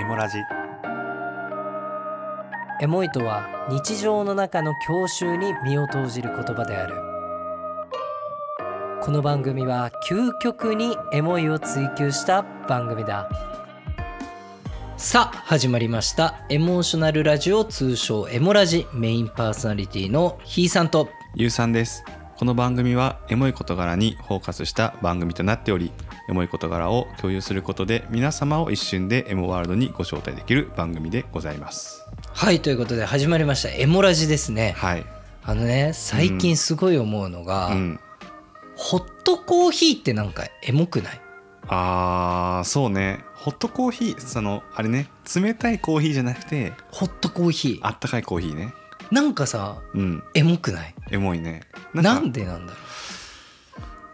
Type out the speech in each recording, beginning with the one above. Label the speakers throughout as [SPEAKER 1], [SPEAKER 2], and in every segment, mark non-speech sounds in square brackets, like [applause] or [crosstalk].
[SPEAKER 1] エモラジ
[SPEAKER 2] エモいとは日常の中の郷愁に身を投じる言葉であるこの番組は究極にエモいを追求した番組ださあ始まりましたエモーショナルラジオ通称エモラジメインパーソナリティのひーさんと
[SPEAKER 1] ゆうさんですこの番組はエモい事柄にフォーカスした番組となっておりエモい事柄を共有することで皆様を一瞬でエモワールドにご招待できる番組でございます
[SPEAKER 2] はいということで始まりましたエモラジですね
[SPEAKER 1] はい
[SPEAKER 2] あのね最近すごい思うのが、
[SPEAKER 1] うん
[SPEAKER 2] ホットコーヒーってなんかエモくない
[SPEAKER 1] あーそうねホットコーヒーそのあれね冷たいコーヒーじゃなくて
[SPEAKER 2] ホットコーヒ
[SPEAKER 1] あったかいコーヒーね
[SPEAKER 2] ーなんかさ
[SPEAKER 1] うん
[SPEAKER 2] エモくない
[SPEAKER 1] エモいね
[SPEAKER 2] なん
[SPEAKER 1] か
[SPEAKER 2] でなんだ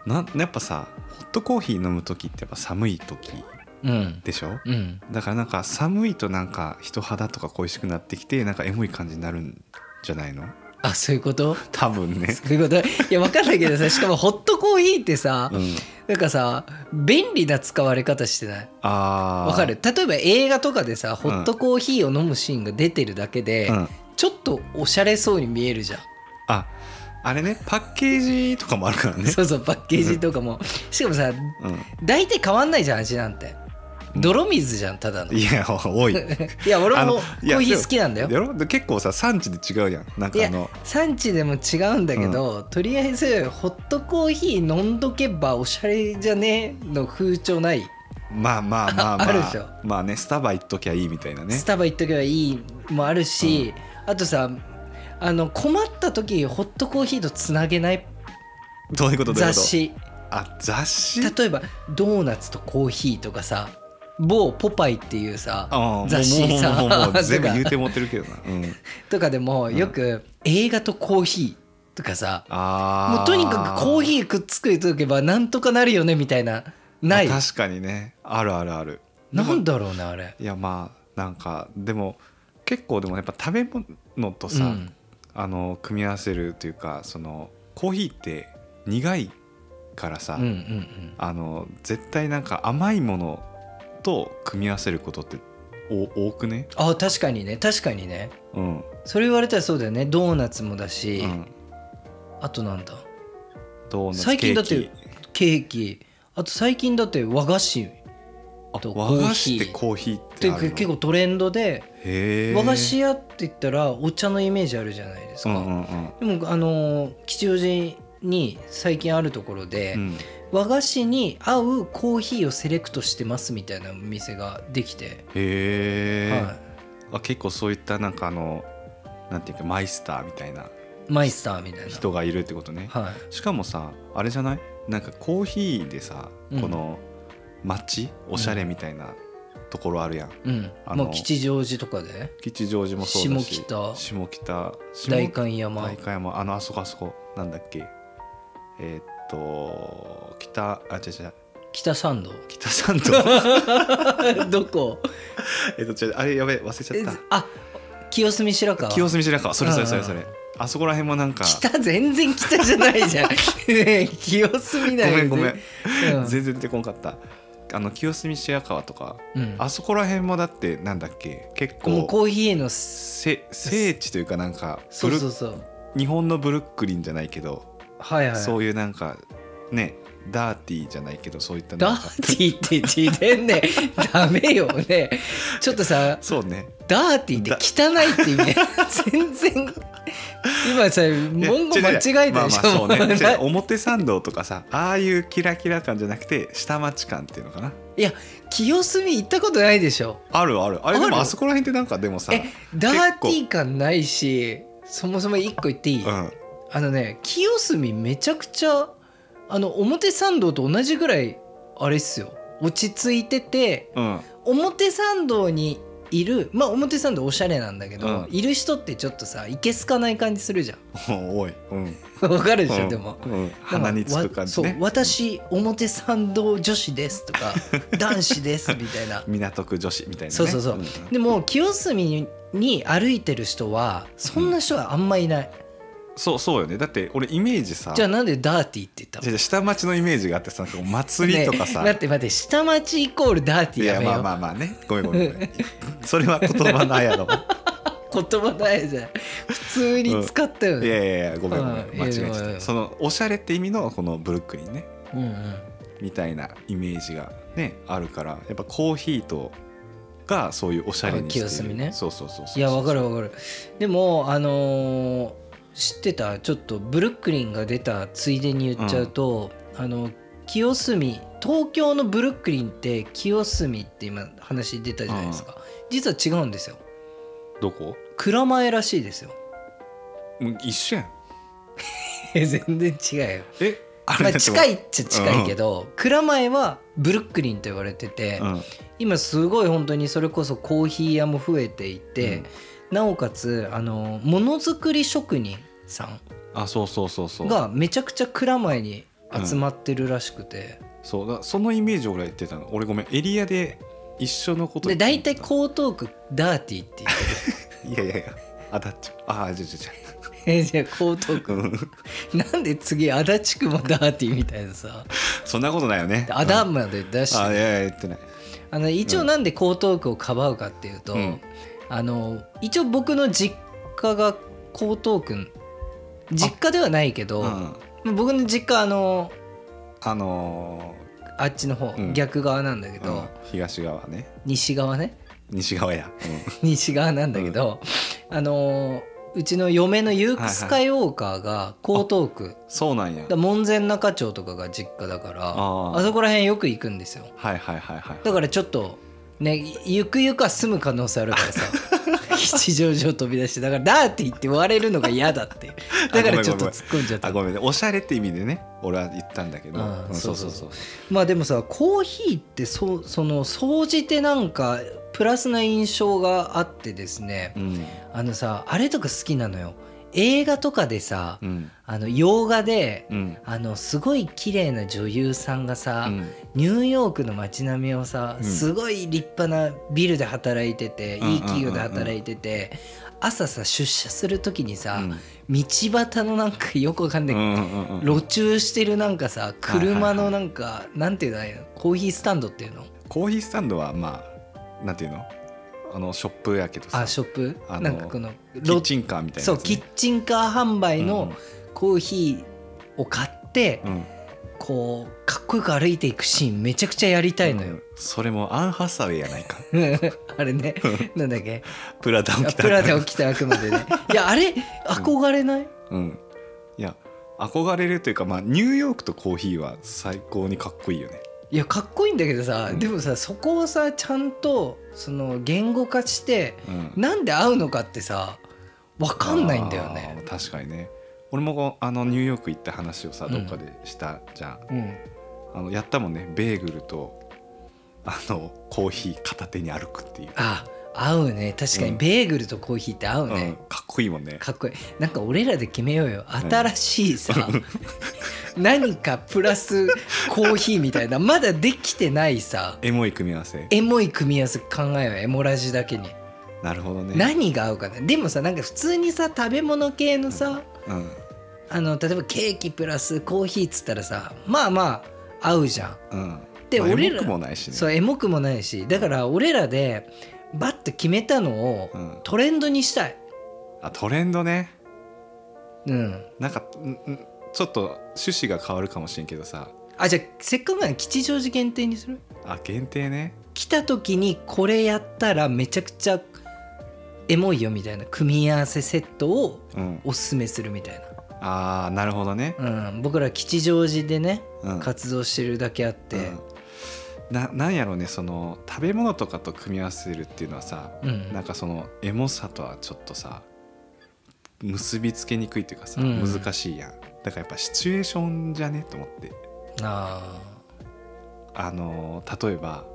[SPEAKER 2] ろ
[SPEAKER 1] なんやっぱさホットコーヒー飲む時ってやっぱ寒い時
[SPEAKER 2] ううん
[SPEAKER 1] でしょ
[SPEAKER 2] うん
[SPEAKER 1] だからなんか寒いとなんか人肌とか恋しくなってきてなんかエモい感じになるんじゃないの
[SPEAKER 2] あそういうこと
[SPEAKER 1] 多分 [laughs] ね、
[SPEAKER 2] そういうこといや分かんないけどさしかもホットコーヒーってさ、
[SPEAKER 1] うん、
[SPEAKER 2] なんかさ便利な使われ方してない
[SPEAKER 1] あー
[SPEAKER 2] わかる例えば映画とかでさホットコーヒーを飲むシーンが出てるだけで、
[SPEAKER 1] うん、
[SPEAKER 2] ちょっとおしゃれそうに見えるじゃん、
[SPEAKER 1] ああれねパッケージとかもあるからね
[SPEAKER 2] そうそうパッケージとかもしかもさ
[SPEAKER 1] う
[SPEAKER 2] 大体変わんないじゃん味なんて
[SPEAKER 1] うん
[SPEAKER 2] 泥水じゃんただの
[SPEAKER 1] ん、いや [laughs] 多い
[SPEAKER 2] いや俺
[SPEAKER 1] あ
[SPEAKER 2] も
[SPEAKER 1] の
[SPEAKER 2] コ
[SPEAKER 1] いや
[SPEAKER 2] ーヒー好きなんだよ
[SPEAKER 1] やろ結構さ産地で違うじゃんなんかあの
[SPEAKER 2] 産地でも違うんだけど、とりあえずホットコーヒー飲んどけばおしゃれじゃねえの風潮ない、
[SPEAKER 1] まあまあまあまあ
[SPEAKER 2] あるでしょ
[SPEAKER 1] まあねスタバ行っときゃいいみたいなね
[SPEAKER 2] スタバ行っとけばいいもあるし、あとさあの困った時ホットコーヒーとつなげない
[SPEAKER 1] どういうことどういうこと
[SPEAKER 2] 雑誌
[SPEAKER 1] あ雑誌
[SPEAKER 2] 例えばドーナツとコーヒーとかさ某「ポパイ」っていうさ
[SPEAKER 1] ああ
[SPEAKER 2] 雑誌さ
[SPEAKER 1] もうもうもうも
[SPEAKER 2] とか
[SPEAKER 1] う全部言うて持ってるけどな、うん、
[SPEAKER 2] とかでもよく映画とコーヒーとかさ、
[SPEAKER 1] ああ
[SPEAKER 2] もうとにかくコー
[SPEAKER 1] ー
[SPEAKER 2] ヒーくっつけとけばなんとかなるよねみたいなない
[SPEAKER 1] 確かにねあるあるある
[SPEAKER 2] なんだろうねあれ
[SPEAKER 1] いやまあなんかでも結構でもやっぱ食べ物とさ、
[SPEAKER 2] うん
[SPEAKER 1] あの組み合わせるというかそのコーヒーって苦いからさ、
[SPEAKER 2] うんうんうん
[SPEAKER 1] あの絶対なんか甘いものと組み合わせることってお多くね、
[SPEAKER 2] あ確かにね確かにね
[SPEAKER 1] うん
[SPEAKER 2] それ言われたらそうだよねドーナツもだし、
[SPEAKER 1] うん、
[SPEAKER 2] あとなんだ
[SPEAKER 1] ドーナツ
[SPEAKER 2] 最近だっ
[SPEAKER 1] ケー
[SPEAKER 2] て
[SPEAKER 1] キ
[SPEAKER 2] ケーキあと最近だって和菓子っ
[SPEAKER 1] あ
[SPEAKER 2] と
[SPEAKER 1] 和菓子ってコーヒーって
[SPEAKER 2] て
[SPEAKER 1] あるの
[SPEAKER 2] 結構トレンドで
[SPEAKER 1] へー
[SPEAKER 2] 和菓子屋って言ったらお茶のイメージあるじゃないです
[SPEAKER 1] う
[SPEAKER 2] か、
[SPEAKER 1] んうんうん
[SPEAKER 2] でもあのー吉祥寺に最近あるところで、
[SPEAKER 1] うん
[SPEAKER 2] 和菓子に合うコーヒーをセレクトしてますみたいなお店ができて、
[SPEAKER 1] へえ、
[SPEAKER 2] はい
[SPEAKER 1] あ結構そういったなんかあのなんていうかマイスターみたいな
[SPEAKER 2] マイスターみたいな
[SPEAKER 1] 人がいるってことね、
[SPEAKER 2] はい、
[SPEAKER 1] しかもさあれじゃないなんかコーヒーでさ、
[SPEAKER 2] うん
[SPEAKER 1] この街おしゃれみたいなところあるやん、
[SPEAKER 2] うん、
[SPEAKER 1] あの
[SPEAKER 2] まあ吉祥寺とかで
[SPEAKER 1] 吉祥寺もそうだし
[SPEAKER 2] 下北
[SPEAKER 1] 下北下
[SPEAKER 2] 代官山
[SPEAKER 1] 代官山あのあそこあそこなんだっけえーっと北あ違う違う
[SPEAKER 2] 北参
[SPEAKER 1] [laughs]
[SPEAKER 2] 道
[SPEAKER 1] 北三
[SPEAKER 2] [laughs]
[SPEAKER 1] 島
[SPEAKER 2] どこ
[SPEAKER 1] えっと違うあれやべえ忘れちゃっ
[SPEAKER 2] あ清澄白
[SPEAKER 1] た
[SPEAKER 2] 河
[SPEAKER 1] 清澄白河それそれそれ
[SPEAKER 2] うん
[SPEAKER 1] そ
[SPEAKER 2] うんう
[SPEAKER 1] れあそこら辺もなんか
[SPEAKER 2] 北全然北じゃな
[SPEAKER 1] [laughs]
[SPEAKER 2] いじゃんねえ清澄
[SPEAKER 1] ご
[SPEAKER 2] だよ
[SPEAKER 1] めんごめん、
[SPEAKER 2] うん
[SPEAKER 1] 全然出てこんかったあの清澄白河とか
[SPEAKER 2] うん
[SPEAKER 1] あそこら辺もだってなんだっけ結
[SPEAKER 2] も
[SPEAKER 1] 構
[SPEAKER 2] うコーヒーのす
[SPEAKER 1] せ聖地というかなんか
[SPEAKER 2] そ
[SPEAKER 1] ブ
[SPEAKER 2] う
[SPEAKER 1] ル
[SPEAKER 2] そうそう
[SPEAKER 1] 日本のブルックリンじゃないけど、
[SPEAKER 2] はいはい
[SPEAKER 1] そういうなんかねダーティーじゃないけどそういった
[SPEAKER 2] ダ
[SPEAKER 1] なんか
[SPEAKER 2] ーティーって自伝
[SPEAKER 1] [laughs]
[SPEAKER 2] ねダメよねちょっとさ
[SPEAKER 1] そうね
[SPEAKER 2] ダーティーって汚いって意
[SPEAKER 1] [laughs]
[SPEAKER 2] 味全然今さ文語間違えた
[SPEAKER 1] まあ
[SPEAKER 2] でし
[SPEAKER 1] まあそ
[SPEAKER 2] ょ
[SPEAKER 1] うね違
[SPEAKER 2] [laughs]
[SPEAKER 1] う
[SPEAKER 2] な
[SPEAKER 1] 表参道とかさああいうキラキラ感じゃなくて下町感っていうのかない
[SPEAKER 2] や清澄行ったことないでしょ
[SPEAKER 1] あるあるあれで
[SPEAKER 2] あ
[SPEAKER 1] も
[SPEAKER 2] る
[SPEAKER 1] あそこら辺ってなんかでもさ
[SPEAKER 2] えダーティー感ないしそもそも1個言っていい、
[SPEAKER 1] うん
[SPEAKER 2] あのね清澄めちゃくちゃあの表参道と同じぐらいあれっすよ落ち着いてて
[SPEAKER 1] うん
[SPEAKER 2] 表参道にいるまあ表参道おしゃれなんだけど、
[SPEAKER 1] うん
[SPEAKER 2] いる人ってちょっとさいけすかない感じするじゃ
[SPEAKER 1] おいうん
[SPEAKER 2] ん [laughs] わかるでしょ、
[SPEAKER 1] うん
[SPEAKER 2] でも。
[SPEAKER 1] うん鼻につく感じ
[SPEAKER 2] そう
[SPEAKER 1] ね
[SPEAKER 2] 私表参道女子ですと
[SPEAKER 1] [laughs]
[SPEAKER 2] か男子ですみたいな
[SPEAKER 1] 港区女子みたいなね
[SPEAKER 2] そうそうそうんでも清澄に歩いてる人はそんな人はあんまいない、
[SPEAKER 1] そうそうよねだって俺イメージさ
[SPEAKER 2] じゃあなんでダーティーって言ったの
[SPEAKER 1] じゃあ下町のイメージがあってさこう祭りとかさ、
[SPEAKER 2] ねえ待って待って下町イコールダーテ
[SPEAKER 1] い
[SPEAKER 2] ィーや
[SPEAKER 1] や
[SPEAKER 2] めよ
[SPEAKER 1] まあ
[SPEAKER 2] う、
[SPEAKER 1] まあまあねごめんごめんごめんそれは言葉ない
[SPEAKER 2] [laughs]
[SPEAKER 1] やろ
[SPEAKER 2] 言葉ないじゃん普通に使ったよ
[SPEAKER 1] い
[SPEAKER 2] ね、
[SPEAKER 1] やいやいやごめんごめん
[SPEAKER 2] うん
[SPEAKER 1] 間違えち
[SPEAKER 2] いやいや
[SPEAKER 1] ゃ
[SPEAKER 2] い
[SPEAKER 1] った
[SPEAKER 2] や
[SPEAKER 1] そのおしゃれって意味のこのブルックリンね
[SPEAKER 2] うんうん
[SPEAKER 1] みたいなイメージがねあるからやっぱコーヒーとがそういうおしゃれにしてい
[SPEAKER 2] あ
[SPEAKER 1] る
[SPEAKER 2] 清澄ね
[SPEAKER 1] そうそうそうそう
[SPEAKER 2] いやわかるわかるでもあのー知ってたちょっとブルックリンが出たついでに言っちゃうと、あの清澄東京のブルックリンって清澄って今話出たじゃないですか、実は違うんですよ
[SPEAKER 1] どこ
[SPEAKER 2] 蔵前らしいですよ [laughs]
[SPEAKER 1] もう一緒やん
[SPEAKER 2] え全然違うよ
[SPEAKER 1] えあ [laughs]
[SPEAKER 2] まあ、近
[SPEAKER 1] い、
[SPEAKER 2] いっちゃ近いけど、蔵前はブルックリンと言われてて、
[SPEAKER 1] うん、
[SPEAKER 2] 今すごい本当にそれこそコーヒー屋も増えてい
[SPEAKER 1] う
[SPEAKER 2] て、
[SPEAKER 1] ん
[SPEAKER 2] なおかつあのものづくり職人さん
[SPEAKER 1] あそうそうそうそう
[SPEAKER 2] がめちゃくちゃ蔵前に集まってるらしくて、
[SPEAKER 1] そうだそのイメージ俺は言ってたの俺ごめんエリアで一緒のこと
[SPEAKER 2] で
[SPEAKER 1] 言って
[SPEAKER 2] 大体江東区ダーティーって
[SPEAKER 1] いやいやいや当たっちゃうああじゃあじゃあ
[SPEAKER 2] 言って [laughs] えじゃあ江東
[SPEAKER 1] じゃあ
[SPEAKER 2] 区
[SPEAKER 1] うん
[SPEAKER 2] なんで次足立区もダーティーみたいなさ
[SPEAKER 1] そんなことないよね
[SPEAKER 2] アダまで出して
[SPEAKER 1] あいやいや言ってない
[SPEAKER 2] あの一応なんで江東区をかばうかっていうと、
[SPEAKER 1] うん
[SPEAKER 2] あの一応僕の実家が江東区実家ではないけど、
[SPEAKER 1] うん
[SPEAKER 2] 僕の実家あの
[SPEAKER 1] あの
[SPEAKER 2] あっちの方、
[SPEAKER 1] うん
[SPEAKER 2] 逆側なんだけ
[SPEAKER 1] ーう
[SPEAKER 2] ど、
[SPEAKER 1] ん東側ね
[SPEAKER 2] 西側ね [laughs]
[SPEAKER 1] 西側や、
[SPEAKER 2] 西側なんだけど、あのうちの嫁のユークスカイウォーカーが江東区、
[SPEAKER 1] うん、そうなんや
[SPEAKER 2] だから門前仲町とかが実家だから
[SPEAKER 1] あー
[SPEAKER 2] あそこら辺よく行くんですよ
[SPEAKER 1] はいはいはいはい
[SPEAKER 2] だからちょっとねゆくゆくは住む可能性あるから
[SPEAKER 1] [laughs]
[SPEAKER 2] さ吉祥寺を飛び出してだからダーティーって言われるのが嫌だ
[SPEAKER 1] [laughs]
[SPEAKER 2] っていうだからちょっと突っ込んじゃった
[SPEAKER 1] あごめんねおしゃれって意味でね俺は言ったんだけど、
[SPEAKER 2] あー
[SPEAKER 1] うん
[SPEAKER 2] そうそうそうまあでもさコーヒーってそその総じてなんかプラスな印象があってですね
[SPEAKER 1] うん
[SPEAKER 2] あのさあれとか好きなのよ映画とかでさ、
[SPEAKER 1] うん
[SPEAKER 2] あの洋画で、
[SPEAKER 1] うん
[SPEAKER 2] あのすごい綺麗な女優さんがさ、
[SPEAKER 1] うん
[SPEAKER 2] ニューヨークの街並みをさ、
[SPEAKER 1] うん
[SPEAKER 2] すごい立派なビルで働いてて、
[SPEAKER 1] うんうんうんうん
[SPEAKER 2] いい企業で働いてて朝さ出社する時にさ、
[SPEAKER 1] うん
[SPEAKER 2] 道端のなんかよくわかんない、
[SPEAKER 1] うんうんうんうん
[SPEAKER 2] 路中してるなんかさ車のなんか、なんていうのああいうのコーヒースタンドっていうの
[SPEAKER 1] コーヒースタンドはまあなんていうのあのショップやけどさ
[SPEAKER 2] あショップ、
[SPEAKER 1] あの
[SPEAKER 2] なんかこの
[SPEAKER 1] キッチンカーみたいな
[SPEAKER 2] そうキッチンカー販売のコーヒーを買って、
[SPEAKER 1] うんうん
[SPEAKER 2] こうかっこよく歩いていくシーンめちゃくちゃやりたいの
[SPEAKER 1] う
[SPEAKER 2] よ
[SPEAKER 1] ん、それもアン・ハサウェイやないか [laughs]
[SPEAKER 2] [laughs] あれねなんだっけ
[SPEAKER 1] プラダを着た
[SPEAKER 2] プラダを着た悪魔で
[SPEAKER 1] [laughs]
[SPEAKER 2] ねいやあれ憧れない、
[SPEAKER 1] うんいや憧れるというか、まあ、ニューヨークとコーヒーは最高にかっこいいよね
[SPEAKER 2] いやかっこいいんだけどさ、
[SPEAKER 1] うん
[SPEAKER 2] でもさそこをさちゃんとその言語化して
[SPEAKER 1] うん
[SPEAKER 2] なんで合うのかってさわかんないんだよね
[SPEAKER 1] あー確かにね俺もこうあのニューヨーク行った話をさ
[SPEAKER 2] うん
[SPEAKER 1] どっかでしたじゃん、
[SPEAKER 2] うん
[SPEAKER 1] あのやったもんねベーグルとあのコーヒー片手に歩くっていう、
[SPEAKER 2] あ合うね確か
[SPEAKER 1] う
[SPEAKER 2] に
[SPEAKER 1] ん
[SPEAKER 2] ベーグルとコーヒーって合う
[SPEAKER 1] うん
[SPEAKER 2] ね、
[SPEAKER 1] かっこいいもんね
[SPEAKER 2] かっこいいなんか俺らで決めようよ
[SPEAKER 1] ん
[SPEAKER 2] 新しいさ、 [laughs] 何かプラスコーヒーみたいなまだできてないさ
[SPEAKER 1] エモい組み合わせ
[SPEAKER 2] エモい組み合わせ考えようエモラジだけに、
[SPEAKER 1] なるほどね
[SPEAKER 2] 何が合うかなでもさなんか普通にさ食べ物系のさ、
[SPEAKER 1] うん
[SPEAKER 2] あの例えばケーキプラスコーヒーっつったらさまあまあ合うじゃん
[SPEAKER 1] うん
[SPEAKER 2] で
[SPEAKER 1] まあ
[SPEAKER 2] 俺
[SPEAKER 1] エ
[SPEAKER 2] ら
[SPEAKER 1] モくもないしね
[SPEAKER 2] そうエモくもないしだから俺らでバッと決めたのを
[SPEAKER 1] うん
[SPEAKER 2] トレンドにしたい
[SPEAKER 1] あトレンドね
[SPEAKER 2] うん
[SPEAKER 1] なんかんんちょっと趣旨が変わるかもしれんけどさ
[SPEAKER 2] あじゃあせっかくなら吉祥寺限定にする
[SPEAKER 1] あ限定ね
[SPEAKER 2] 来た時にこれやったらめちゃくちゃエモいよみたいな組み合わせセットを
[SPEAKER 1] うん
[SPEAKER 2] おすすめするみたい
[SPEAKER 1] ああなるほどね、
[SPEAKER 2] な、うん、僕ら吉祥寺でね
[SPEAKER 1] うん、
[SPEAKER 2] 活動してるだけあって、
[SPEAKER 1] うんななんやろうねその食べ物とかと組み合わせるっていうのはさ、
[SPEAKER 2] うん
[SPEAKER 1] なんかそのエモさとはちょっとさ結びつけにくいっていうかさ、
[SPEAKER 2] うん
[SPEAKER 1] 難しいやんだからやっぱシチュエーションじゃねと思って
[SPEAKER 2] あ
[SPEAKER 1] あのー例えば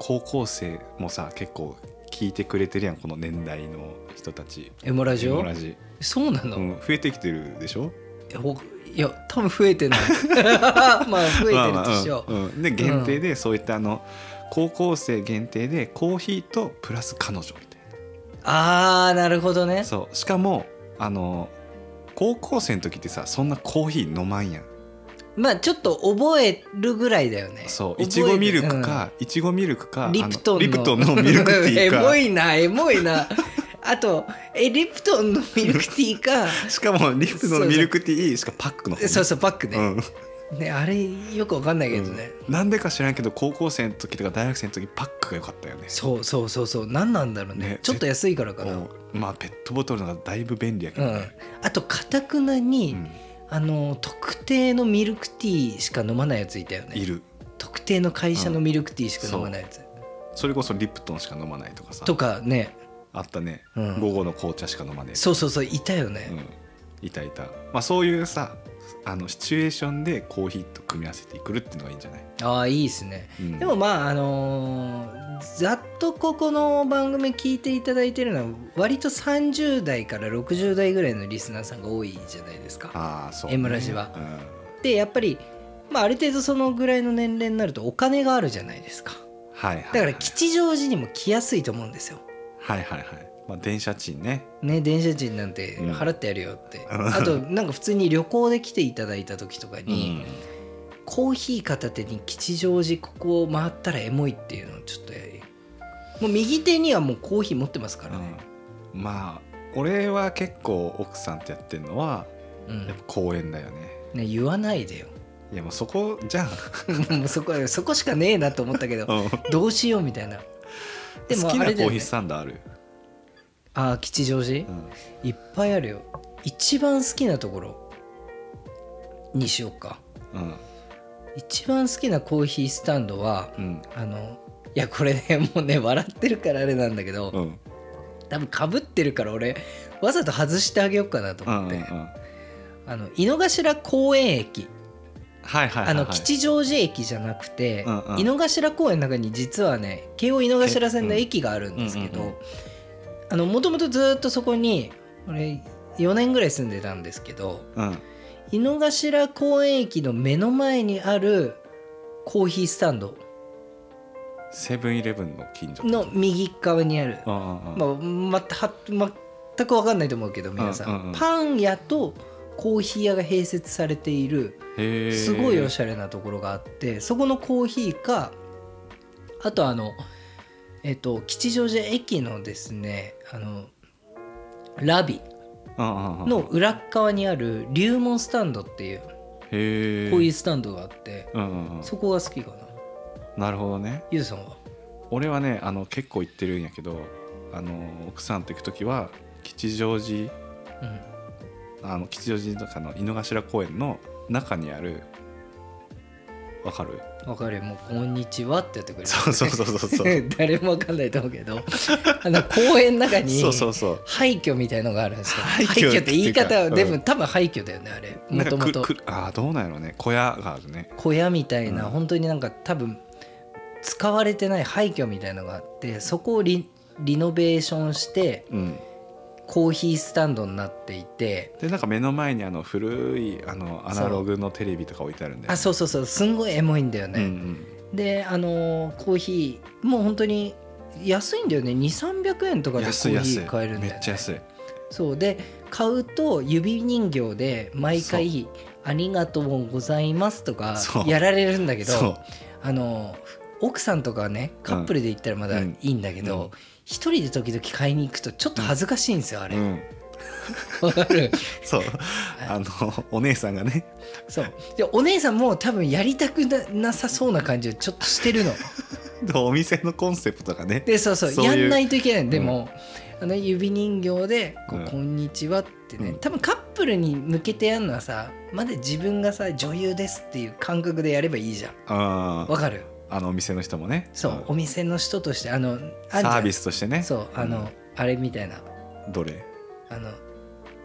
[SPEAKER 1] 高校生もさ結構聞いてくれてるやんこの年代の人たち
[SPEAKER 2] ーエモラジオ
[SPEAKER 1] 同じ、
[SPEAKER 2] そうなの、
[SPEAKER 1] う
[SPEAKER 2] い
[SPEAKER 1] ん、増えてきてるでしょ
[SPEAKER 2] やほいや多分増えてない [laughs] まあ増えてるでしょ
[SPEAKER 1] まあまあうんうんで限定でそういったあの高校生限定でコーヒーとプラス彼女みたい
[SPEAKER 2] あーなるほどね
[SPEAKER 1] なそうしかもあの高校生の時ってさそんなコーヒー飲まんやん
[SPEAKER 2] まあちょっと覚えるぐらいだよね
[SPEAKER 1] そう
[SPEAKER 2] 覚え
[SPEAKER 1] いちごミルクか、いちごミルクか
[SPEAKER 2] う
[SPEAKER 1] あ
[SPEAKER 2] ん
[SPEAKER 1] の
[SPEAKER 2] リプトンの
[SPEAKER 1] リプトンのミルクティー
[SPEAKER 2] [laughs] エモ
[SPEAKER 1] か
[SPEAKER 2] いなエモいなあとえリプトンのミルクティ
[SPEAKER 1] [laughs]
[SPEAKER 2] ーか
[SPEAKER 1] しかもリプトンのミルクティーしかパックの方ね
[SPEAKER 2] そうそうパック
[SPEAKER 1] う
[SPEAKER 2] ね,、
[SPEAKER 1] ん
[SPEAKER 2] ねあれよくわかんないけどね、
[SPEAKER 1] なんでか知らんけど高校生の時とか大学生の時パックが良かったよね
[SPEAKER 2] そうそうそうそう何なんだろうね
[SPEAKER 1] ね
[SPEAKER 2] ちょっと安いからかな、
[SPEAKER 1] もうまあペットボトルの方がだいぶ便利やけ
[SPEAKER 2] う
[SPEAKER 1] ど
[SPEAKER 2] ん
[SPEAKER 1] ね、、
[SPEAKER 2] あとかたくな
[SPEAKER 1] う
[SPEAKER 2] に、
[SPEAKER 1] ん
[SPEAKER 2] あの特定のミルクティーしか飲まないやついたよ
[SPEAKER 1] い
[SPEAKER 2] ね
[SPEAKER 1] る
[SPEAKER 2] 特定の会社のミルクティーしか飲まないやつ、
[SPEAKER 1] それこそリプトンしか飲まないとかさ
[SPEAKER 2] とかね
[SPEAKER 1] あったね、
[SPEAKER 2] うん
[SPEAKER 1] 午後の紅茶しか飲まねえ
[SPEAKER 2] そうそうそういたよ
[SPEAKER 1] う
[SPEAKER 2] ね、
[SPEAKER 1] ん、いたいた、まあ、そういうさあのシチュエーションでコーヒーと組み合わせてくるっていうのがいいんじゃない、
[SPEAKER 2] ああいいですね
[SPEAKER 1] うん
[SPEAKER 2] でもまああのーざっとここの番組聞いていただいてるのは割と30代から60代ぐらいのリスナーさんが多いじゃないですか。
[SPEAKER 1] ああそう、
[SPEAKER 2] M ラジは
[SPEAKER 1] うん
[SPEAKER 2] でやっぱり、まあ、ある程度そのぐらいの年齢になるとお金があるじゃないですか
[SPEAKER 1] はいはいはい
[SPEAKER 2] だから吉祥寺にも来やすいと思うんですよ。
[SPEAKER 1] はいはいはい、まあ、電車賃ね
[SPEAKER 2] ね、電車賃なんて払ってやるよって、
[SPEAKER 1] うん [laughs]
[SPEAKER 2] あとなんか普通に旅行で来ていただいた時とか
[SPEAKER 1] う
[SPEAKER 2] に、
[SPEAKER 1] ん
[SPEAKER 2] コーヒー片手に吉祥寺ここを回ったらエモいっていうのをちょっとやりもう右手にはもうコーヒー持ってますからね、
[SPEAKER 1] うんまあ俺は結構奥さんとやってるのは
[SPEAKER 2] うん
[SPEAKER 1] やっぱ公園だよね
[SPEAKER 2] ね、言わないでよ [laughs]
[SPEAKER 1] いやもうそこじゃん
[SPEAKER 2] もうそこはそこしかねえなと思ったけど
[SPEAKER 1] うん
[SPEAKER 2] どうしようみたいなでも
[SPEAKER 1] 好きなコ
[SPEAKER 2] あれだ
[SPEAKER 1] ー
[SPEAKER 2] よ、
[SPEAKER 1] ヒー
[SPEAKER 2] ね、
[SPEAKER 1] スタンドある、
[SPEAKER 2] ああ吉祥
[SPEAKER 1] う
[SPEAKER 2] 寺、
[SPEAKER 1] ん
[SPEAKER 2] いっぱいあるよ一番好きなところにしようか
[SPEAKER 1] うん
[SPEAKER 2] 一番好きなコーヒースタンドは
[SPEAKER 1] うん
[SPEAKER 2] あのいやこれねもうね笑ってるからあれなんだけど、
[SPEAKER 1] うん
[SPEAKER 2] 多分かぶってるから俺わざと外してあげようかなと
[SPEAKER 1] うんうん
[SPEAKER 2] 思っ
[SPEAKER 1] う
[SPEAKER 2] て、
[SPEAKER 1] んはい
[SPEAKER 2] あの井の頭公園駅
[SPEAKER 1] はいはい、はい、
[SPEAKER 2] あの吉祥寺駅じゃなくて、
[SPEAKER 1] うんうん
[SPEAKER 2] 井の頭公園の中に実はね京王井の頭線の駅があるんですけ
[SPEAKER 1] えうんうん
[SPEAKER 2] どあのもともとずーっとそこに俺4年ぐらい住んでたんですけど
[SPEAKER 1] うん
[SPEAKER 2] 井の頭公園駅の目の前にあるコーヒースタンド
[SPEAKER 1] セブンイレブンの近所って
[SPEAKER 2] の右側にある
[SPEAKER 1] うんうんうん
[SPEAKER 2] まあ、または全く分かんないと思うけど皆さん,、
[SPEAKER 1] うんうんうん
[SPEAKER 2] パン屋とコーヒー屋が併設されている
[SPEAKER 1] へー
[SPEAKER 2] すごいおしゃれなところがあってそこのコーヒーかあとあのえっと吉祥寺駅のですねあのラビ
[SPEAKER 1] うんうんうん
[SPEAKER 2] の裏っ側にある龍門スタンドっていう
[SPEAKER 1] へえ
[SPEAKER 2] こういうスタンドがあって
[SPEAKER 1] うんうんうん
[SPEAKER 2] そこが好きかな
[SPEAKER 1] なるほどね
[SPEAKER 2] ゆずさんは
[SPEAKER 1] 俺はねあの結構行ってるんやけどあの奥さんと行く時は吉祥寺
[SPEAKER 2] うん
[SPEAKER 1] あの吉祥寺とかの井の頭公園の中にあるわか
[SPEAKER 2] [laughs]
[SPEAKER 1] る
[SPEAKER 2] わかるよもう「こんにちは」ってやってくれる
[SPEAKER 1] そうそうそうそうそう
[SPEAKER 2] [laughs] 誰もわかんないと思うけどあの公園の中に
[SPEAKER 1] そうそうそう
[SPEAKER 2] 廃墟みたいのがあるんですよ
[SPEAKER 1] 廃
[SPEAKER 2] 廃
[SPEAKER 1] 墟
[SPEAKER 2] 墟って
[SPEAKER 1] ってい
[SPEAKER 2] 言
[SPEAKER 1] う
[SPEAKER 2] い
[SPEAKER 1] か
[SPEAKER 2] 方はで
[SPEAKER 1] うん
[SPEAKER 2] も多分廃墟だよねあれ
[SPEAKER 1] な
[SPEAKER 2] も
[SPEAKER 1] んか
[SPEAKER 2] ともと
[SPEAKER 1] くくあーどうなんやろうね小屋があるね
[SPEAKER 2] 小屋みたいな
[SPEAKER 1] うん
[SPEAKER 2] 本当になんか多分使われてない廃墟みたいのがあってそこをリリノベーションして
[SPEAKER 1] うん
[SPEAKER 2] コーヒースタンドになっていて
[SPEAKER 1] でなんか目の前にあの古いあのアナログのテレビとか置いてあるんで
[SPEAKER 2] あそうそうそうすんごいエモいんだ
[SPEAKER 1] う
[SPEAKER 2] よ
[SPEAKER 1] んう
[SPEAKER 2] ね、
[SPEAKER 1] ん
[SPEAKER 2] であのーコーヒーもう本当に安いんだよね2300円とかでコ
[SPEAKER 1] 安い
[SPEAKER 2] ーヒ
[SPEAKER 1] 安い
[SPEAKER 2] ー買えるんだ
[SPEAKER 1] め
[SPEAKER 2] よね
[SPEAKER 1] っちゃ安い
[SPEAKER 2] そうで買うと指人形で毎回「ありがとうございます」とか
[SPEAKER 1] そう
[SPEAKER 2] やられるんだけ
[SPEAKER 1] そ
[SPEAKER 2] ど
[SPEAKER 1] う
[SPEAKER 2] あの奥さんとかはねカップルで行ったらまだいいんだけ
[SPEAKER 1] うんう
[SPEAKER 2] ど
[SPEAKER 1] ん
[SPEAKER 2] 一、人で時々買いに行くとちょっと恥ずかしいんですよあれ。
[SPEAKER 1] う
[SPEAKER 2] わ、
[SPEAKER 1] ん
[SPEAKER 2] かる
[SPEAKER 1] そうあのお姉さんがね
[SPEAKER 2] [laughs]
[SPEAKER 1] [laughs]
[SPEAKER 2] そうでお姉さんも多分やりたくななさそうな感じをちょっとし
[SPEAKER 1] [laughs]
[SPEAKER 2] てるの。
[SPEAKER 1] でお店のコンセプトがね
[SPEAKER 2] でそうそう
[SPEAKER 1] そういう
[SPEAKER 2] やんないといけないでも、あの指人形でこう、
[SPEAKER 1] うん
[SPEAKER 2] こんにちは」ってね、
[SPEAKER 1] うん
[SPEAKER 2] 多分カップルに向けてやるのはさまだ自分がさ女優ですっていう感覚でやればいいじゃん
[SPEAKER 1] あ
[SPEAKER 2] わかる
[SPEAKER 1] あのお店の人もね
[SPEAKER 2] そう、
[SPEAKER 1] う
[SPEAKER 2] お
[SPEAKER 1] ん
[SPEAKER 2] 店の人としてあのあんじゃん
[SPEAKER 1] サービスとしてね
[SPEAKER 2] そうあの、あれみたいな
[SPEAKER 1] うんどれ
[SPEAKER 2] あの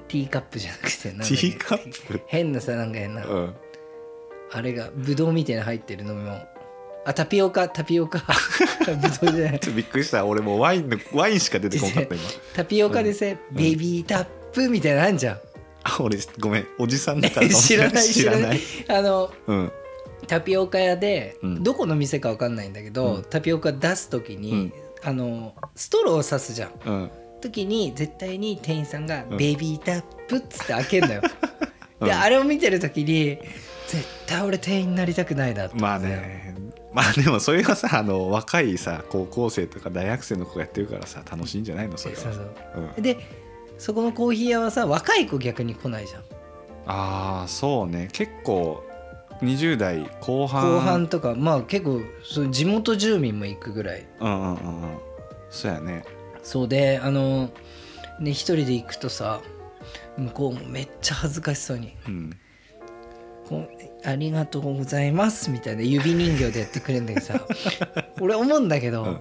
[SPEAKER 2] ティーカップじゃなくてなんだ
[SPEAKER 1] [laughs]
[SPEAKER 2] っ
[SPEAKER 1] テ
[SPEAKER 2] け
[SPEAKER 1] ィーカップ
[SPEAKER 2] 変なさなんか変な、
[SPEAKER 1] うん
[SPEAKER 2] あれがブドウみたいな入ってる飲み物あタピオカタピオ
[SPEAKER 1] [laughs]
[SPEAKER 2] カブドウじゃない
[SPEAKER 1] ちょっとびっくりした俺もうワイン
[SPEAKER 2] [laughs]
[SPEAKER 1] のワインしか出てこなかった今
[SPEAKER 2] タピオカでせ、
[SPEAKER 1] ん
[SPEAKER 2] ベビータップみたいなのあんじゃん
[SPEAKER 1] あ俺ごめんおじさんだから
[SPEAKER 2] [laughs] 知らな
[SPEAKER 1] [laughs]
[SPEAKER 2] い
[SPEAKER 1] 知らない
[SPEAKER 2] あの
[SPEAKER 1] うん
[SPEAKER 2] タピオカ屋で、
[SPEAKER 1] うん
[SPEAKER 2] どこの店か分かんないんだけど、
[SPEAKER 1] うん
[SPEAKER 2] タピオカ出す時に、
[SPEAKER 1] うん
[SPEAKER 2] あのストローを刺すじゃん
[SPEAKER 1] うん
[SPEAKER 2] 時に絶対に店員さんが
[SPEAKER 1] う
[SPEAKER 2] 「
[SPEAKER 1] ん
[SPEAKER 2] ベビータップ」っつって開けるの
[SPEAKER 1] [laughs]
[SPEAKER 2] よ、
[SPEAKER 1] うん
[SPEAKER 2] であれを見てる時に絶対俺店員になりたくないなって思
[SPEAKER 1] まあ
[SPEAKER 2] うのよ
[SPEAKER 1] ねまあでもそれがさあの若いさ高校生とか大学生の子がやってるからさ楽しいんじゃないのそれは
[SPEAKER 2] そうそう
[SPEAKER 1] うん
[SPEAKER 2] でそこのコーヒー屋はさ若い子逆に来ないじゃん
[SPEAKER 1] ああそうね結構20代後半
[SPEAKER 2] 後半とかまあ結構そう地元住民も行くぐらい
[SPEAKER 1] うんうんうんうんそうやね
[SPEAKER 2] そうであのね一人で行くとさ向こうもめっちゃ恥ずかしそうに
[SPEAKER 1] うん
[SPEAKER 2] こう「ありがとうございます」みたいな指人形でやってくれるんだけ
[SPEAKER 1] [laughs]
[SPEAKER 2] どさ俺思うんだけど、
[SPEAKER 1] うん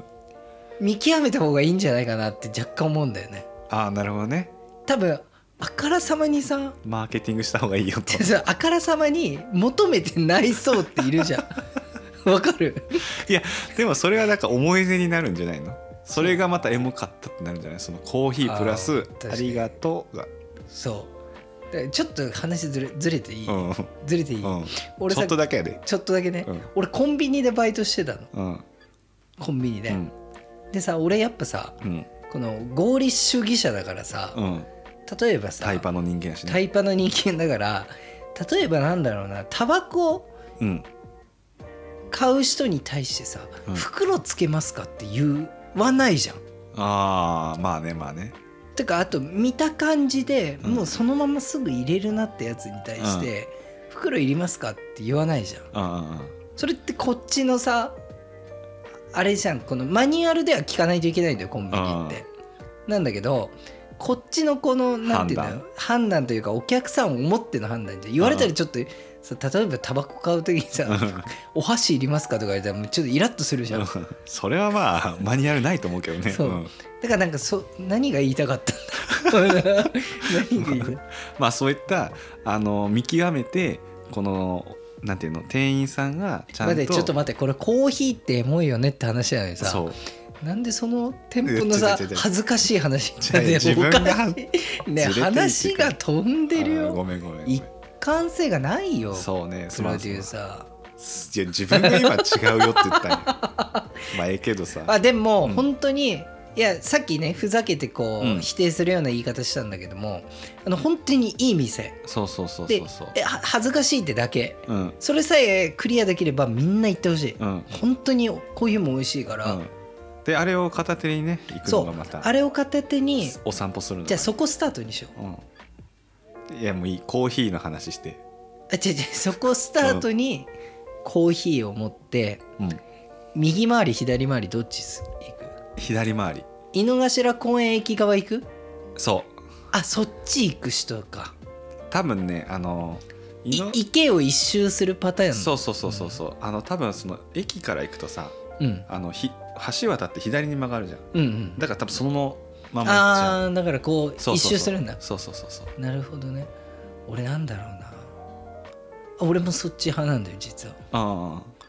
[SPEAKER 2] 見極めた方がいいんじゃないかなって若干思うんだよね
[SPEAKER 1] ああなるほどね
[SPEAKER 2] 多分あからさまにさ
[SPEAKER 1] マーケティングした方がいいよと
[SPEAKER 2] そう [laughs] あからさまに求めてないそうっているじゃんわかる
[SPEAKER 1] いやでもそれはなんか思い出になるんじゃないのそれがまたエモかったってなるんじゃないそのコーヒープラ
[SPEAKER 2] あー
[SPEAKER 1] ス
[SPEAKER 2] 確か
[SPEAKER 1] 「
[SPEAKER 2] に
[SPEAKER 1] ありがとうが」
[SPEAKER 2] そうだからちょっと話ずれずれていい、
[SPEAKER 1] うん
[SPEAKER 2] ずれていい、
[SPEAKER 1] うん
[SPEAKER 2] 俺
[SPEAKER 1] ちょ
[SPEAKER 2] さ
[SPEAKER 1] っとだけやで
[SPEAKER 2] ちょっとだけね、
[SPEAKER 1] うん
[SPEAKER 2] 俺コンビニでバイトしてたの
[SPEAKER 1] うん
[SPEAKER 2] コンビニで、
[SPEAKER 1] うん
[SPEAKER 2] でさ俺やっぱさ
[SPEAKER 1] うん
[SPEAKER 2] この合理主義者だからさ、
[SPEAKER 1] うん
[SPEAKER 2] 例えばさ
[SPEAKER 1] タイパの人間やし
[SPEAKER 2] タ
[SPEAKER 1] ね
[SPEAKER 2] イパの人間だから例えばなんだろうなタバコ
[SPEAKER 1] うん
[SPEAKER 2] 買う人に対してさ、
[SPEAKER 1] うん
[SPEAKER 2] 袋つけますかって言わないじゃん。
[SPEAKER 1] ああまあねまあね
[SPEAKER 2] てかあと見た感じで、
[SPEAKER 1] うん
[SPEAKER 2] もうそのまますぐ入れるなってやつに対して、袋いりますかって言わないじゃん。
[SPEAKER 1] うんうんうん
[SPEAKER 2] それってこっちのさあれじゃんこのマニュアルでは聞かないといけないんだよコンビニって。なんだけどこっちのこのなんていうんだよ判断というかお客さんを思っての判断じゃん言われたらちょっとさ例えばタバコ買う時にさ「お箸いりますか?」とか言われたらもうちょっとイラッとするじゃんだか
[SPEAKER 1] うんそれはまあマニュアルないと思うけどね
[SPEAKER 2] そうんらなんかそ何が言いたかったんだ何が言いたい
[SPEAKER 1] まあそういったあの見極めてこのなんていうの店員さんがちゃん
[SPEAKER 2] ま
[SPEAKER 1] と
[SPEAKER 2] でちょっと待ってこれコーヒーってエモいよねって話なのにさ
[SPEAKER 1] そう
[SPEAKER 2] なんでその店舗のさ
[SPEAKER 1] いや違う違う違う
[SPEAKER 2] 恥ずかしい話に
[SPEAKER 1] 違う
[SPEAKER 2] なって
[SPEAKER 1] 自
[SPEAKER 2] んの
[SPEAKER 1] 分が
[SPEAKER 2] おかしいね
[SPEAKER 1] ずれてるっていうか
[SPEAKER 2] 話が飛んでる
[SPEAKER 1] あーご
[SPEAKER 2] よ
[SPEAKER 1] めんごめんごめん
[SPEAKER 2] 一貫性がないよ
[SPEAKER 1] そうね
[SPEAKER 2] プ
[SPEAKER 1] す
[SPEAKER 2] ロ
[SPEAKER 1] ま
[SPEAKER 2] デ
[SPEAKER 1] んす
[SPEAKER 2] ュ
[SPEAKER 1] まん
[SPEAKER 2] ーサ
[SPEAKER 1] いや自分が今違うよって言ったんよ [laughs] まあええけどさ
[SPEAKER 2] ーあでも
[SPEAKER 1] うん
[SPEAKER 2] 本当に、いやさっきねふざけてこう、
[SPEAKER 1] うん
[SPEAKER 2] 否定するような言い方したんだけどもあの本当にいい店
[SPEAKER 1] そうそうそう
[SPEAKER 2] で
[SPEAKER 1] そうそう
[SPEAKER 2] えは恥ずかしいってだけ
[SPEAKER 1] うん
[SPEAKER 2] それさえクリアできればみんな行ってほしい、
[SPEAKER 1] うんうん
[SPEAKER 2] 本当にこういうも美味しいから、
[SPEAKER 1] であれを片手にね行く
[SPEAKER 2] そ
[SPEAKER 1] の
[SPEAKER 2] う
[SPEAKER 1] がまた
[SPEAKER 2] あれを片手に
[SPEAKER 1] お散歩するのが
[SPEAKER 2] じゃあそこスタートにしよう
[SPEAKER 1] うんいやもういいコーヒーの話して
[SPEAKER 2] あ違う違うそこスタートにコーヒーを持って
[SPEAKER 1] うん
[SPEAKER 2] 右回り左回りどっちす行く
[SPEAKER 1] 左回り
[SPEAKER 2] 井の頭公園駅側行く
[SPEAKER 1] そう
[SPEAKER 2] あそっち行く人か
[SPEAKER 1] 多分ねあの
[SPEAKER 2] い
[SPEAKER 1] いの
[SPEAKER 2] 池を一周するパターン
[SPEAKER 1] そうそうそうそうそうあの多分その駅から行くとさ
[SPEAKER 2] うん
[SPEAKER 1] あのひ橋渡って左に曲がるじゃん
[SPEAKER 2] うんうん
[SPEAKER 1] だから多分そのまま行っちゃう
[SPEAKER 2] ああーだからこう
[SPEAKER 1] そう
[SPEAKER 2] 一
[SPEAKER 1] そうそう
[SPEAKER 2] 周するんだ
[SPEAKER 1] そうそうそうそう
[SPEAKER 2] なるほどね俺なんだろうなあ俺もそっち派なんだよ実は
[SPEAKER 1] ああ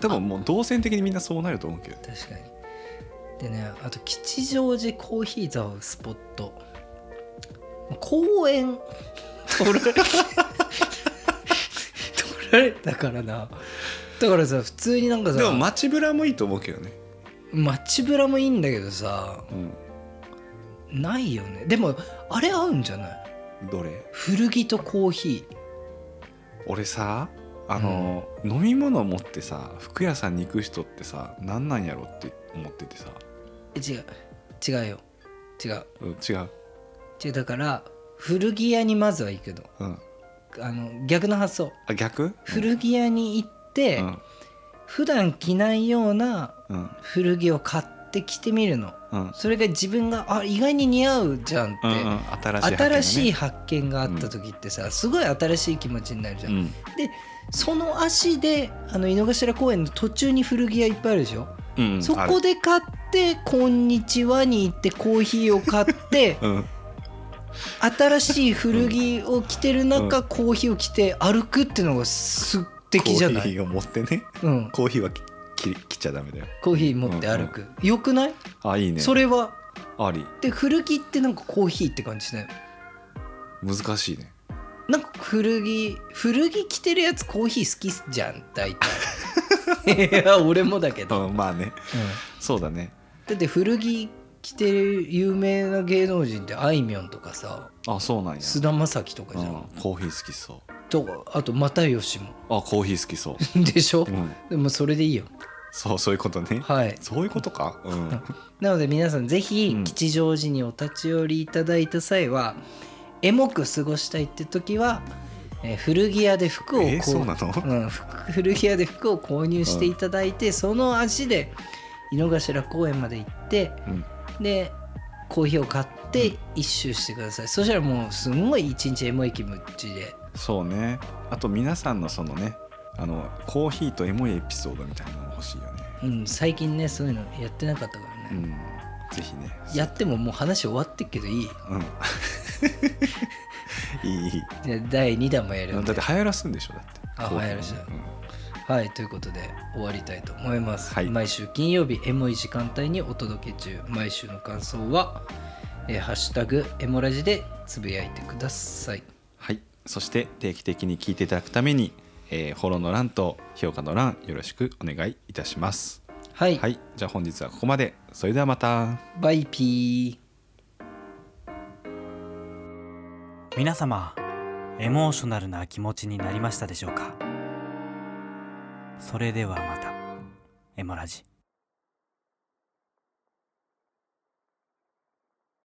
[SPEAKER 1] 多分もう動線的にみんなそうなると思うけど
[SPEAKER 2] 確かにでねあと吉祥寺コーヒー座スポット公園取られ取られたからなだからさ普通になんかさ
[SPEAKER 1] でも街ぶらもいいと思うけどね
[SPEAKER 2] 街ぶらもいいんだけどさ
[SPEAKER 1] うん
[SPEAKER 2] ないよねでもあれ合うんじゃない
[SPEAKER 1] どれ
[SPEAKER 2] 古着とコーヒ
[SPEAKER 1] 俺さあの、飲み物持ってさ服屋さんに行く人ってさ何なんやろって思っててさ、
[SPEAKER 2] ーえ違う違うよ違う
[SPEAKER 1] うん、違う
[SPEAKER 2] 違うだから古着屋にまずは行くの
[SPEAKER 1] うん
[SPEAKER 2] あの逆の発想
[SPEAKER 1] あ逆
[SPEAKER 2] 古着屋に行って、
[SPEAKER 1] うん
[SPEAKER 2] 普段着ないような
[SPEAKER 1] うん
[SPEAKER 2] 古着を買って着てみるの
[SPEAKER 1] うん
[SPEAKER 2] それが自分があ意外に似合うじゃんって、
[SPEAKER 1] うんうん新しい発見だね
[SPEAKER 2] 新しい発見があった時ってさ、すごい新しい気持ちになるじゃん、
[SPEAKER 1] うん
[SPEAKER 2] その足であの井の頭公園の途中に古着屋いっぱいあるでしょ、
[SPEAKER 1] うんうん
[SPEAKER 2] そこで買って「こんにちは」に行ってコーヒーを買って
[SPEAKER 1] あるうん
[SPEAKER 2] 新しい古着を着てる中、コーヒーを着て歩くっていうのが素敵じゃな
[SPEAKER 1] コーヒ
[SPEAKER 2] い
[SPEAKER 1] ーを持ってね
[SPEAKER 2] うん、
[SPEAKER 1] コーヒーはきき切っちゃダメだよ
[SPEAKER 2] コーヒー持って歩く、よくない、
[SPEAKER 1] あいいね
[SPEAKER 2] それは
[SPEAKER 1] あり
[SPEAKER 2] で古着ってなんかコーヒーって感じしない
[SPEAKER 1] 難しいね
[SPEAKER 2] なんか古着古着着てるやつコーヒー好きじゃん大体 [laughs] いや俺もだけど、
[SPEAKER 1] うんまあねそうだね
[SPEAKER 2] だって古着着てる有名な芸能人ってあいみょんとかさ
[SPEAKER 1] あそうなんや、
[SPEAKER 2] 菅田将暉とか
[SPEAKER 1] う
[SPEAKER 2] じ
[SPEAKER 1] ん
[SPEAKER 2] ゃん、、
[SPEAKER 1] コーヒー好きそう
[SPEAKER 2] とあと又吉も [laughs]
[SPEAKER 1] あコーヒー好きそう
[SPEAKER 2] でしょ、
[SPEAKER 1] [laughs] うん
[SPEAKER 2] でもそれでいいよ
[SPEAKER 1] そうそういうことね、
[SPEAKER 2] はい
[SPEAKER 1] そういうことかうん
[SPEAKER 2] なので皆さんぜひ
[SPEAKER 1] うん
[SPEAKER 2] 吉祥寺にお立ち寄りいただいた際は、エモく過ごしたいって時は、えー古着屋で服を
[SPEAKER 1] えーそうなの
[SPEAKER 2] う、ん、ふ [laughs] 古着屋で服を購入していただいて、その足で井の頭公園まで行って
[SPEAKER 1] うん、
[SPEAKER 2] でコーヒーを買って一周してください、そしたらもうすんごい一日エモい気持ちで
[SPEAKER 1] そうねあと皆さんのそのねあのコーヒーとエモいエピソードみたいなの欲しいよね
[SPEAKER 2] うん、最近ねそういうのやってなかったから
[SPEAKER 1] う
[SPEAKER 2] ね、
[SPEAKER 1] んぜひね
[SPEAKER 2] やってももう話終わってっけどいい
[SPEAKER 1] [laughs] うんいいいい
[SPEAKER 2] じゃあ第2弾もやる
[SPEAKER 1] だ
[SPEAKER 2] よ、
[SPEAKER 1] って流行らすんでしょだって
[SPEAKER 2] あ流行らせる
[SPEAKER 1] うん
[SPEAKER 2] はいということで終わりたいと思います、
[SPEAKER 1] はい
[SPEAKER 2] 毎週金曜日エモい時間帯にお届け中毎週の感想は「えーハッシュタグエモラジ」でつぶやいてください
[SPEAKER 1] はいそして定期的に聞いていただくために、えーフォローの欄と評価の欄よろしくお願いいたします
[SPEAKER 2] はい、
[SPEAKER 1] はいじゃあ本日はここまでそれではまた
[SPEAKER 2] バイピー
[SPEAKER 3] 皆様エモーショナルな気持ちになりましたでしょうかそれではまたエモラジ